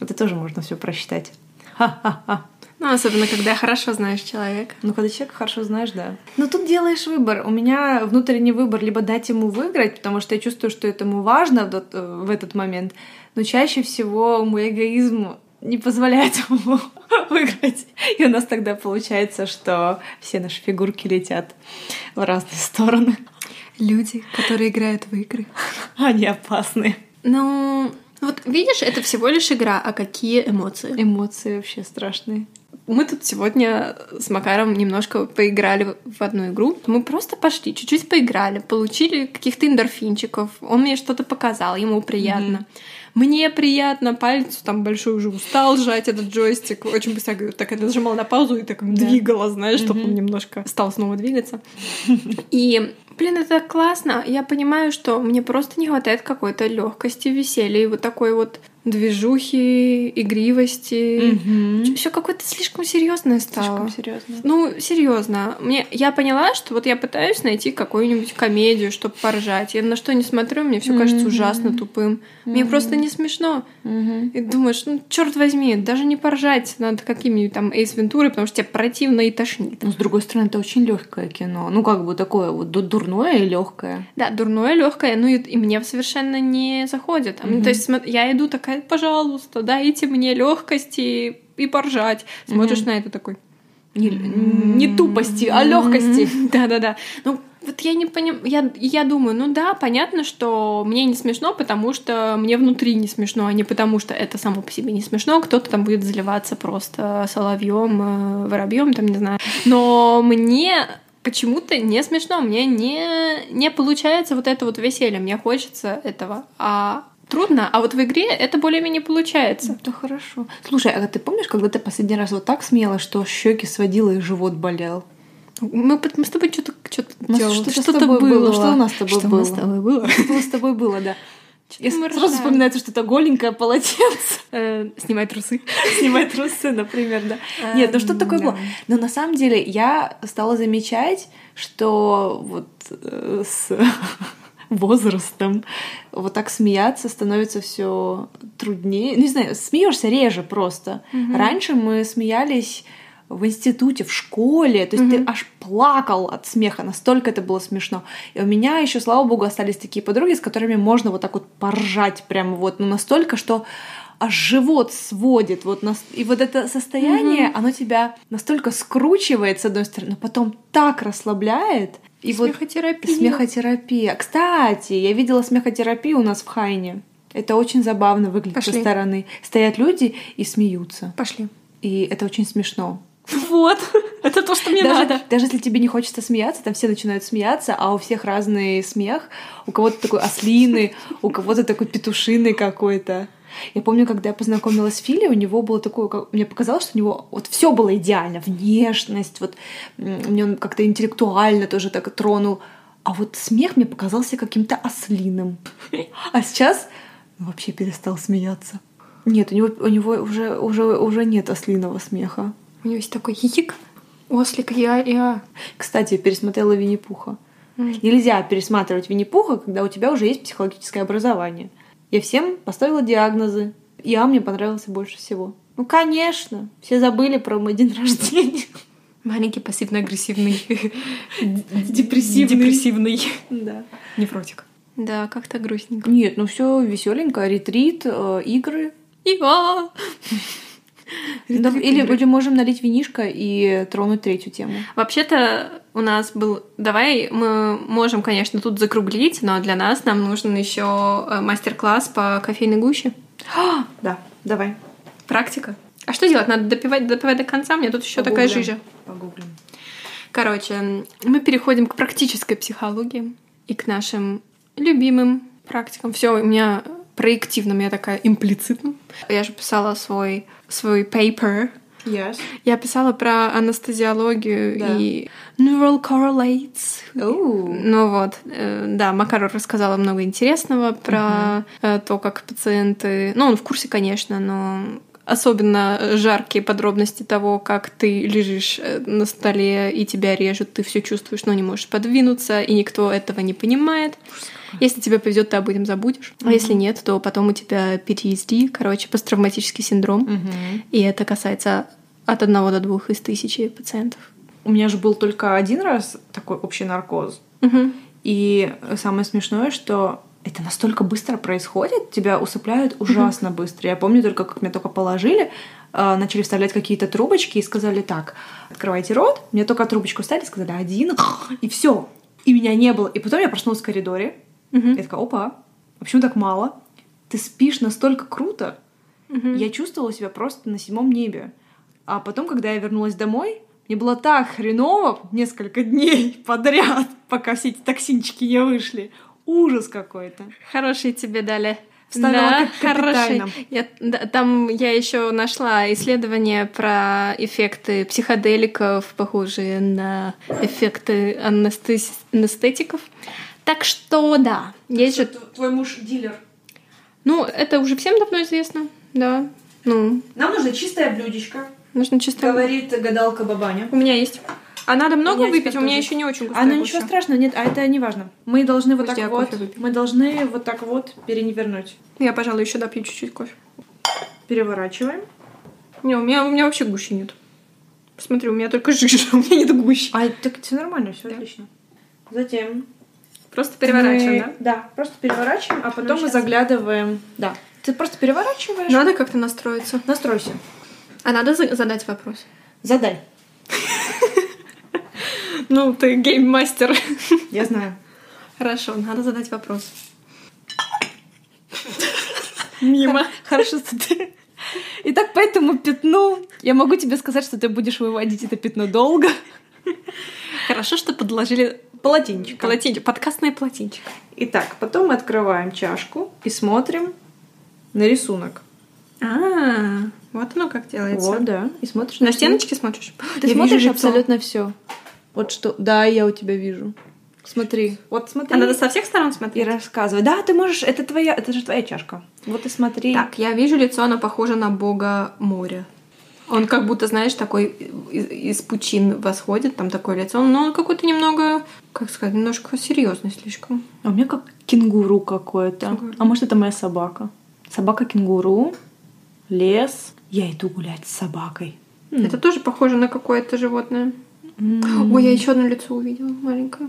B: Это тоже можно все просчитать. Ха-ха-ха.
A: Ну, особенно, когда хорошо знаешь человека.
B: Ну, когда человека хорошо знаешь, да. Но Ну, тут делаешь выбор. У меня внутренний выбор либо дать ему выиграть, потому что я чувствую, что этому важно в тот- э, в этот момент. Но чаще всего мой эгоизм не позволяет ему выиграть. И у нас тогда получается, что все наши фигурки летят в разные стороны.
A: Люди, которые играют в игры.
B: Они опасны.
A: Ну, вот видишь, это всего лишь игра, а какие эмоции?
B: Эмоции вообще страшные.
A: Мы тут сегодня с Макаром немножко поиграли в одну игру. Мы просто пошли, чуть-чуть поиграли, получили каких-то эндорфинчиков. Он мне что-то показал, ему приятно. Мне приятно, пальцу там большой уже устал жать этот джойстик. Очень быстро говорю, так я нажимала на паузу и так им
B: Да.
A: двигала, знаешь, чтобы
B: Мгм.
A: он немножко стал снова двигаться. И, блин, это так классно. Я понимаю, что мне просто не хватает какой-то легкости, веселья и вот такой вот движухи, игривости. Все какое-то слишком серьезное стало.
B: Слишком серьезно.
A: Ну, серьезно. Мне, я поняла, что вот я пытаюсь найти какую-нибудь комедию, чтобы поржать. Я на что не смотрю, мне все кажется
B: Мгм.
A: ужасно тупым. Мне
B: Мгм.
A: просто не смешно. И думаешь, ну, черт возьми, даже не поржать надо какими-нибудь там Эйс Вентурой, потому что тебя противно и тошнит.
B: Но Ну, с другой стороны, это очень легкое кино. Ну, как бы такое вот ду- дурное и легкое.
A: Да, дурное, легкое, ну и, и мне совершенно не заходит. А, ну,
B: Мгм.
A: То есть смо- я иду такая, пожалуйста, дайте мне легкости и поржать. Смотришь
B: Мгм.
A: на это такой.
B: Не, не тупости, а легкости.
A: легкости. Да-да-да. М-м-м. Ну, вот я не понимаю, я, я думаю, ну да, понятно, что мне не смешно, потому что мне внутри не смешно, а не потому что это само по себе не смешно, кто-то там будет заливаться просто соловьем, воробьем, там, не знаю. Но мне почему-то не смешно, мне не, не получается вот это вот веселье, мне хочется этого, а трудно, а вот в игре это более-менее получается.
B: Это хорошо. Слушай, а ты помнишь, когда ты последний раз вот так смеялась, что щеки сводила и живот болел?
A: Мы, под- мы с тобой что-то что-то
B: У нас
A: делали,
B: что-то с тобой было. Что у нас с тобой
A: Что у
B: было?
A: нас с тобой было?
B: Что с тобой было, да? Я
A: мы
B: сразу
A: ржали.
B: вспоминается, что это голенькое полотенце.
A: Э, снимай трусы.
B: Снимать трусы, например, да. Нет, ну что
A: Эм,
B: такое было? Но на самом деле я стала замечать, что вот э, с возрастом вот так смеяться становится все труднее. Ну, не знаю, смеешься реже просто.
A: Мгм.
B: Раньше мы смеялись в институте, в школе, то есть
A: Мгм.
B: ты аж плакал от смеха, настолько это было смешно. И у меня еще, слава богу, остались такие подруги, с которыми можно вот так вот поржать прямо вот, ну настолько, что аж живот сводит. Вот нас... И вот это состояние, оно тебя настолько скручивает, с одной стороны, но потом так расслабляет. И вот
A: Смехотерапия.
B: смехотерапия. Кстати, я видела смехотерапию у нас в Хайне. Это очень забавно выглядит со
A: Пошли.
B: стороны. Стоят люди и смеются.
A: Пошли.
B: И это очень смешно.
A: Вот. Это то, что мне
B: даже,
A: надо.
B: даже если тебе не хочется смеяться, там все начинают смеяться, а у всех разный смех. У кого-то такой ослиный, у кого-то такой петушиный какой-то. Я помню, когда я познакомилась с Фили, у него было такое, как... мне показалось, что у него вот все было идеально, внешность, вот м, мне он как-то интеллектуально тоже так тронул, а вот смех мне показался каким-то ослиным. А сейчас он вообще перестал смеяться. Нет, у него, у него уже, уже, уже нет ослиного смеха.
A: У него есть такой хихик, ослик, я, я.
B: Кстати, я пересмотрела Винни-Пуха.
A: М.
B: Нельзя пересматривать Винни-Пуха, когда у тебя уже есть психологическое образование. Я всем поставила диагнозы. И А мне понравился больше всего. Ну, конечно, все забыли про мой день рождения.
A: Маленький пассивно-агрессивный.
B: Депрессивный.
A: Депрессивный.
B: Да.
A: Невротик. Да, как-то грустненько.
B: Нет, ну все веселенько, ретрит, э, игры.
A: Ива!
B: Да,
A: Ретрит,
B: или,
A: игры.
B: или можем налить винишко и тронуть третью тему.
A: Вообще-то у нас был... Давай мы можем, конечно, тут закруглить, но для нас нам нужен еще э, мастер-класс по кофейной гуще.
B: А, Да, давай.
A: Практика. А что делать? Надо допивать, допивать до конца. У меня тут еще такая
B: Погуглим.
A: жижа.
B: Погуглим.
A: Короче, м, мы переходим к практической психологии и к нашим любимым практикам. Все, у меня проективно, у меня такая имплицитно. Я же писала свой, свой paper.
B: Yes.
A: Я писала про анестезиологию
B: Да.
A: и neural correlates.
B: Оу.
A: Ну вот, э, да, Макаров рассказала много интересного про э, то, как пациенты... Ну, он в курсе, конечно, но особенно жаркие подробности того, как ты лежишь э, на столе и тебя режут, ты все чувствуешь, но не можешь подвинуться, и никто этого не понимает. Если тебе повезет, ты об этом забудешь. А если нет, то потом у тебя PTSD, короче, посттравматический синдром. И это касается от одного до двух из тысячи пациентов.
B: У меня же был только один раз такой общий наркоз.
A: Мгм.
B: И самое смешное, что это настолько быстро происходит, тебя усыпляют ужасно быстро. Я помню только, как меня только положили, э, начали вставлять какие-то трубочки и сказали так, открывайте рот, мне только трубочку вставили, сказали один, и все. И меня не было. И потом я проснулась в коридоре,
A: Мгм.
B: я такая, опа, а почему так мало? Ты спишь настолько круто.
A: Мгм.
B: Я чувствовала себя просто на седьмом небе. А потом, когда я вернулась домой, мне было так хреново несколько дней подряд, пока все эти токсинчики не вышли. Ужас какой-то.
A: Хорошие тебе дали.
B: Вставила
A: да,
B: как капитально.
A: хорошие. Я, да, там я еще нашла исследование про эффекты психоделиков, похожие на эффекты анестез- анестетиков. Так что да, есть же...
B: Твой муж дилер.
A: Ну, это уже всем давно известно, да. Ну,
B: Нам нужно чистое блюдечко,
A: нужно чисто...
B: говорит гадалка бабаня.
A: У меня есть. А надо много
B: тебя
A: выпить, у меня
B: тоже.
A: еще не очень
B: А
A: густая
B: ну ничего
A: гуща.
B: страшного, нет, а это не важно. Мы должны вот
A: Пусть
B: так
A: я
B: вот,
A: кофе выпью.
B: мы должны вот так вот перевернуть.
A: Я, пожалуй, еще допью чуть-чуть кофе.
B: Переворачиваем.
A: Не, у меня, у меня вообще гущи нет. Посмотри, у меня только жижа, у меня нет гущи.
B: А так все нормально, все
A: Да.
B: отлично. Затем
A: Просто переворачиваем, да?
B: Мы- Да, просто переворачиваем, а потом мы
A: щас.
B: заглядываем. Да. Ты просто переворачиваешь.
A: Надо как-то настроиться.
B: Настройся.
A: А надо за- задать вопрос.
B: Задай.
A: Ну, ты гейммастер.
B: Я знаю.
A: Хорошо, надо задать вопрос. Мимо.
B: Хорошо, что ты... Итак, по этому пятну я могу тебе сказать, что ты будешь выводить это пятно долго.
A: Хорошо, что подложили
B: Полотенчик.
A: полотенчик, подкастное полотенчик.
B: Итак, потом мы открываем чашку и смотрим на рисунок.
A: А, вот оно как
B: Вот,
A: делается.
B: да. И смотришь
A: На
B: рисунок.
A: стеночке смотришь?
B: Ты
A: Я вижу
B: смотришь
A: лицо.
B: абсолютно все. Вот что. Да, я у тебя вижу. Смотри. Вот смотри.
A: А надо со всех сторон
B: и
A: смотреть?
B: рассказывай. Да, ты можешь, это твоя, это же твоя чашка. Вот и смотри.
A: Так, я вижу лицо, оно похоже на бога моря. Он как будто, знаешь, такой из, из пучин восходит, там такое лицо, но он какой-то немного, как сказать, немножко серьезный слишком.
B: А у меня как кенгуру какое-то.
A: Кенгуру.
B: А может, это моя собака? Собака-кенгуру, лес. Я иду гулять с собакой.
A: Это тоже похоже на какое-то животное.
B: М.
A: Ой, я еще одно лицо увидела маленькое.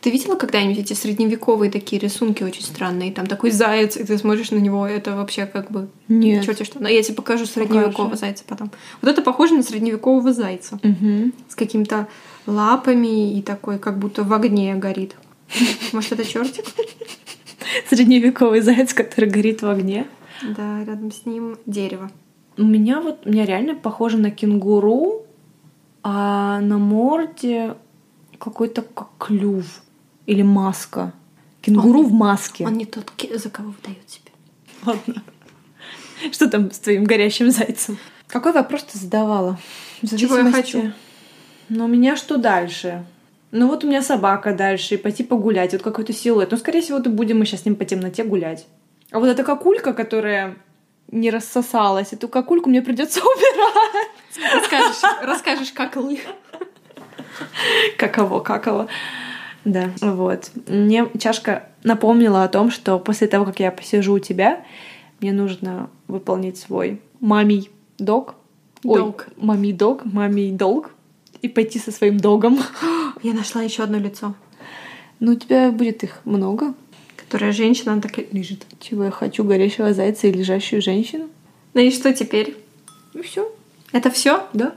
A: Ты видела когда-нибудь эти средневековые такие рисунки очень странные? Там такой заяц, и ты смотришь на него, это вообще как бы...
B: Нет.
A: Черти что. Но я тебе покажу средневекового зайца потом. Вот это похоже на средневекового зайца.
B: Мгм.
A: С какими-то лапами и такой, как будто в огне горит. Может, это чертик?
B: Средневековый заяц, который горит в огне.
A: Да, рядом с ним дерево.
B: У меня вот, у меня реально похоже на кенгуру, а на морде какой-то как клюв или А, маска. Кенгуру в маске.
A: Он не тот, ки- за кого выдают себя.
B: Ладно. Что там с твоим горящим зайцем? Какой вопрос ты задавала? В
A: Чего я
B: зависимости-
A: хочу?
B: Ну, у меня что дальше? Ну, вот у меня собака дальше, и пойти погулять, вот какой-то силуэт. Ну, скорее всего, это будем мы сейчас с ним по темноте гулять. А вот эта кокулька, которая не рассосалась, эту кокульку мне придется убирать.
A: Расскажешь, расскажешь, как лы.
B: Каково, каково. Да, вот. Мне чашка напомнила о том, что после того, как я посижу у тебя, мне нужно выполнить свой мамий долг.
A: Долг.
B: Ой, мамий долг, мамий долг. И пойти со своим догом.
A: Я нашла еще одно лицо,
B: Ну, у тебя будет их много.
A: которое женщина, она так и лежит.
B: Чего я хочу? Горящего зайца и лежащую женщину?
A: Ну и что теперь?
B: И все,
A: Это все?
B: да.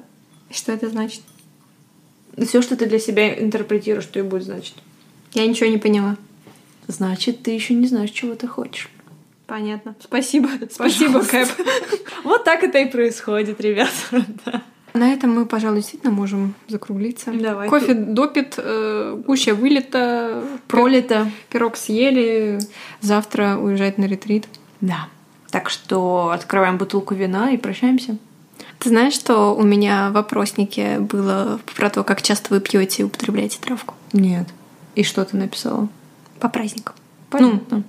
A: Что это значит?
B: Все, что ты для себя интерпретируешь, что и будет значить.
A: Я ничего не поняла.
B: Значит, ты еще не знаешь, чего ты хочешь.
A: Понятно. Спасибо. Спасибо, Кэп.
B: Вот так это и происходит, ребята.
A: На этом мы, пожалуй, действительно можем закруглиться.
B: Давай.
A: Кофе допит, э, куча вылета, пролета, пирог съели, завтра уезжать на ретрит.
B: Да. Так что открываем бутылку вина и прощаемся.
A: Ты знаешь, что у меня в вопроснике было про то, как часто вы пьете и употребляете травку
B: Нет. И что ты написала?
A: по праздникам?
B: Понятно.
A: Ну,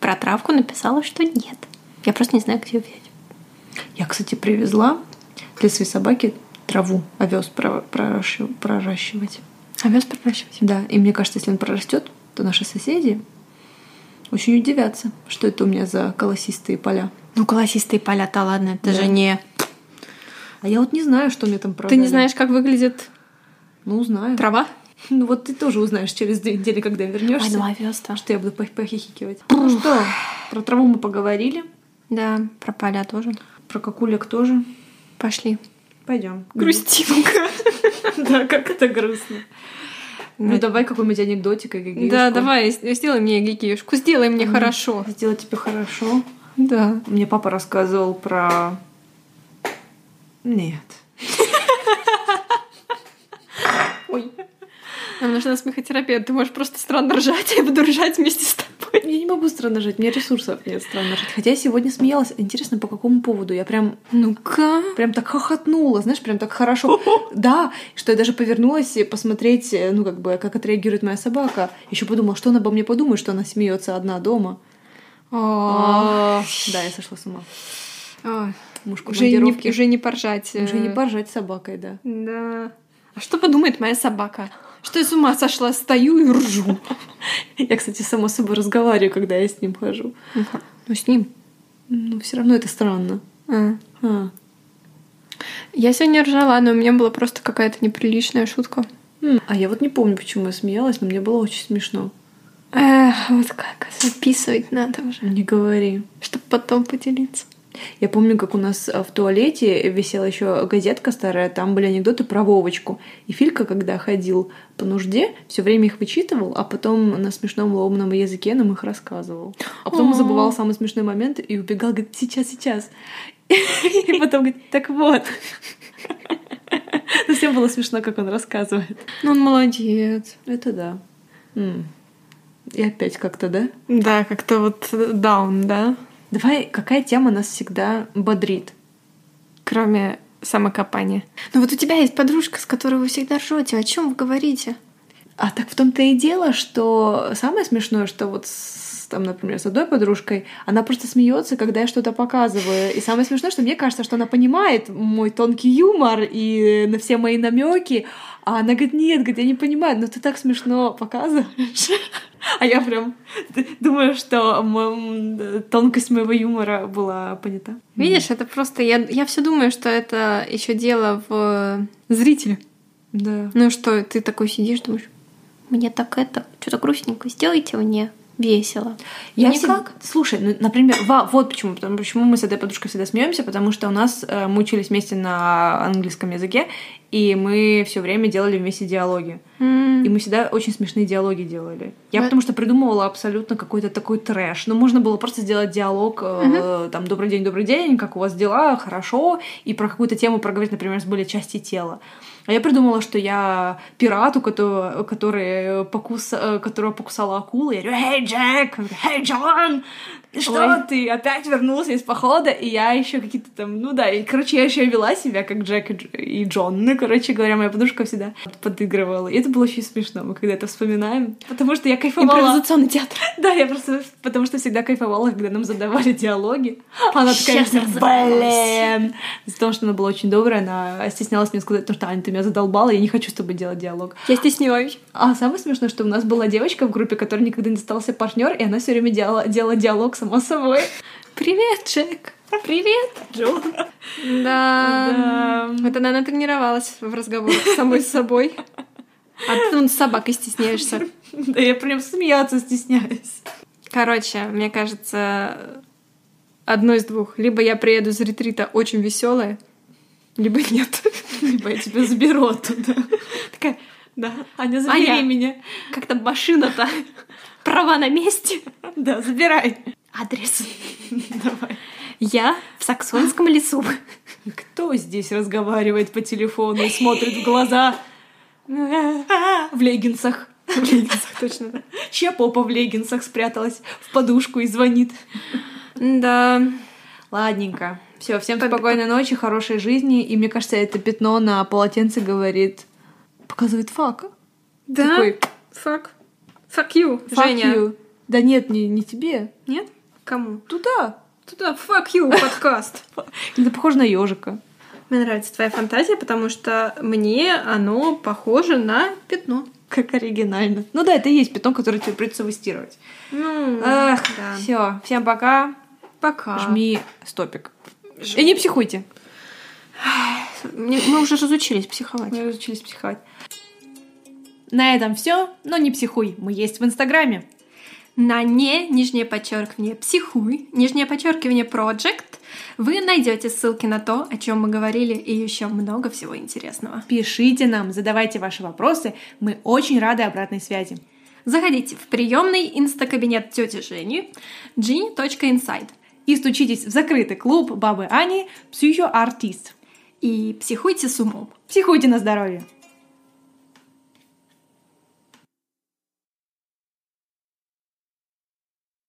A: про травку написала, что нет. Я просто не знаю, где ее взять.
B: Я, кстати, привезла для своей собаки траву, овес проращивать.
A: А мясо проращивать.
B: Да, и мне кажется, если он прорастет, то наши соседи очень удивятся, что это у меня за колосистые поля.
A: Ну, колосистые поля-то ладно, это
B: Да.
A: же не...
B: А я вот не знаю, что мне там
A: Ты
B: продали.
A: не знаешь, как выглядит
B: Ну, узнаю.
A: трава?
B: Ну, вот ты тоже узнаешь через две недели, когда вернешься.
A: ну, овес-то.
B: Что я буду пох- похихикивать. Ну что, про траву мы поговорили,
A: Да, про поля тоже.
B: про какулек тоже.
A: Пошли.
B: Пойдем.
A: Грустинка.
B: Да, как это грустно. Ну, давай какой-нибудь анекдотик и гигиюшку.
A: Да, давай, с- сделай мне гигиюшку, сделай мне хорошо.
B: Сделать тебе хорошо.
A: Да.
B: Мне папа рассказывал про... Нет. Ой.
A: Нам нужна смехотерапия, ты можешь просто странно ржать, я буду ржать вместе с тобой.
B: Я не могу странно жить, у меня ресурсов нет странно жить. Хотя я сегодня смеялась. Интересно, по какому поводу? Я прям,
A: Ну-ка.
B: прям так хохотнула, знаешь, прям так хорошо. Да, что я даже повернулась и посмотреть, э, ну, как бы, как отреагирует моя собака. Еще подумала, что она обо мне подумает, что она смеется одна дома.
A: А.
B: А. Да, я сошла с ума. Муж
A: Уже не,
B: командировки.
A: уже не поржать. э.
B: Уже не поржать с собакой, да.
A: Да. А что подумает моя собака? Что я с ума сошла, стою и ржу.
B: Я, кстати, сама с собой разговариваю, когда я с ним хожу.
A: Ну, с ним.
B: Ну, все равно это странно.
A: А.
B: А.
A: Я сегодня ржала, но у меня была просто какая-то неприличная шутка.
B: М, а я вот не помню, почему я смеялась, но мне было очень смешно.
A: Эх, вот как записывать надо уже,
B: Не говори.
A: чтобы потом поделиться.
B: Я помню, как у нас э, в туалете висела еще газетка старая, там были анекдоты про Вовочку. И Филька, когда ходил по нужде, все время их вычитывал, а потом на смешном ломаном языке нам их рассказывал. А потом
A: О.
B: забывал самый смешной момент и убегал, говорит, сейчас, сейчас. И потом говорит, так вот. Но всем было смешно, как он рассказывает.
A: Ну, он молодец.
B: Это да. М. И опять как-то, да?
A: Да, как-то вот э, даун, да?
B: Давай, какая тема нас всегда бодрит?
A: Кроме самокопания. Ну вот у тебя есть подружка, с которой вы всегда ржете. О чем вы говорите?
B: А так в том-то и дело, что самое смешное, что вот с, там, например, с одной подружкой, она просто смеется, когда я что-то показываю. И самое смешное, что мне кажется, что она понимает мой тонкий юмор и э, на все мои намеки. А она говорит, нет, говорит, я не понимаю, но ты так смешно показываешь. А я прям думаю, что м, тонкость моего юмора была понята.
A: Видишь, это просто... Я, я все думаю, что это еще дело в э, зрителе.
B: Да.
A: Ну что, ты такой сидишь, думаешь, мне так это, что-то грустненько, сделайте мне весело.
B: Я
A: Никак?
B: всегда- Слушай, ну, например, ва- вот почему, потому почему мы с этой подружкой всегда смеемся, потому что у нас э, мы учились вместе на английском языке, и мы все время делали вместе диалоги. И мы всегда очень смешные диалоги делали. Я
A: Да.
B: потому что придумывала абсолютно какой-то такой трэш. Ну, можно было просто сделать диалог, э, там, «Добрый день, добрый день, как у вас дела? Хорошо?» И про какую-то тему проговорить, например, были части тела. А я придумала, что я пират, у которого, который покус, э, которого покусала акула. Я говорю, «Эй, Джек! Эй, Джон! Что
A: Ой.
B: ты? Опять вернулся из похода?» И я еще какие-то там... Ну да, и, короче, я еще вела себя как Джек и, Дж- и Джон. Ну, короче говоря, моя подружка всегда подыгрывала. И это было очень смешно, мы когда это вспоминаем. Потому что я кайфовала.
A: Импровизационный театр.
B: Да, я просто... Потому что всегда кайфовала, когда нам задавали диалоги. Она такая,
A: Сейчас разорвалась.
B: блин! Из-за того, что она была очень добрая, она стеснялась мне сказать, то, что Аня, ты меня задолбала, я не хочу с тобой делать диалог.
A: Я стесневаюсь.
B: А самое смешное, что у нас была девочка в группе, которой никогда не стался партнер, и она все время делала, делала диалог сама с собой.
A: Привет, Джек. Привет, Джон. Да.
B: Да.
A: Это она тренировалась в разговорах с самой с собой. А ты ну, с собакой стесняешься.
B: Да я прям смеяться стесняюсь.
A: Короче, мне кажется, одно из двух. Либо я приеду из ретрита очень веселая, либо нет.
B: Либо я
A: типа,
B: тебя заберу оттуда. Такая, да, Аня, забери
A: Аня.
B: меня.
A: Как там машина-то? Права на месте.
B: Да, забирай.
A: Адрес.
B: Давай.
A: Я в Саксонском лесу.
B: Кто здесь разговаривает по телефону и смотрит в глаза? В леггинсах.
A: В леггинсах, точно, да.
B: Чья попа в леггинсах спряталась в подушку и звонит?
A: Да.
B: Ладненько. Все, всем
A: Как-
B: спокойной ночи, хорошей жизни. И мне кажется, это пятно на полотенце говорит... Показывает фак.
A: Да.
B: Такой,
A: Fuck. Fuck you,
B: «Fuck
A: Женя.
B: you». Да нет, не, не тебе.
A: Нет? Кому?
B: Туда.
A: Туда fuck you подкаст.
B: Это похоже на ежика.
A: Мне нравится твоя фантазия, потому что мне оно похоже на пятно.
B: Как оригинально. Ну да, это и есть пятно, которое тебе придется выстирывать.
A: Ну,
B: Эх,
A: да.
B: все, всем пока.
A: Пока.
B: Жми стопик.
A: Ж-
B: И не психуйте.
A: Мне- мы уже разучились психовать.
B: Мы разучились психовать. На этом все, но не психуй. Мы есть в Инстаграме.
A: На не, нижнее подчеркивание, психуй, нижнее подчеркивание, project, вы найдете ссылки на то, о чем мы говорили, и еще много всего интересного.
B: Пишите нам, задавайте ваши вопросы. Мы очень рады обратной связи.
A: Заходите в приемный инстакабинет тети Жени genie.inside
B: И стучитесь в закрытый клуб бабы Ани «Психоартист».
A: и психуйте с умом.
B: Психуйте на здоровье.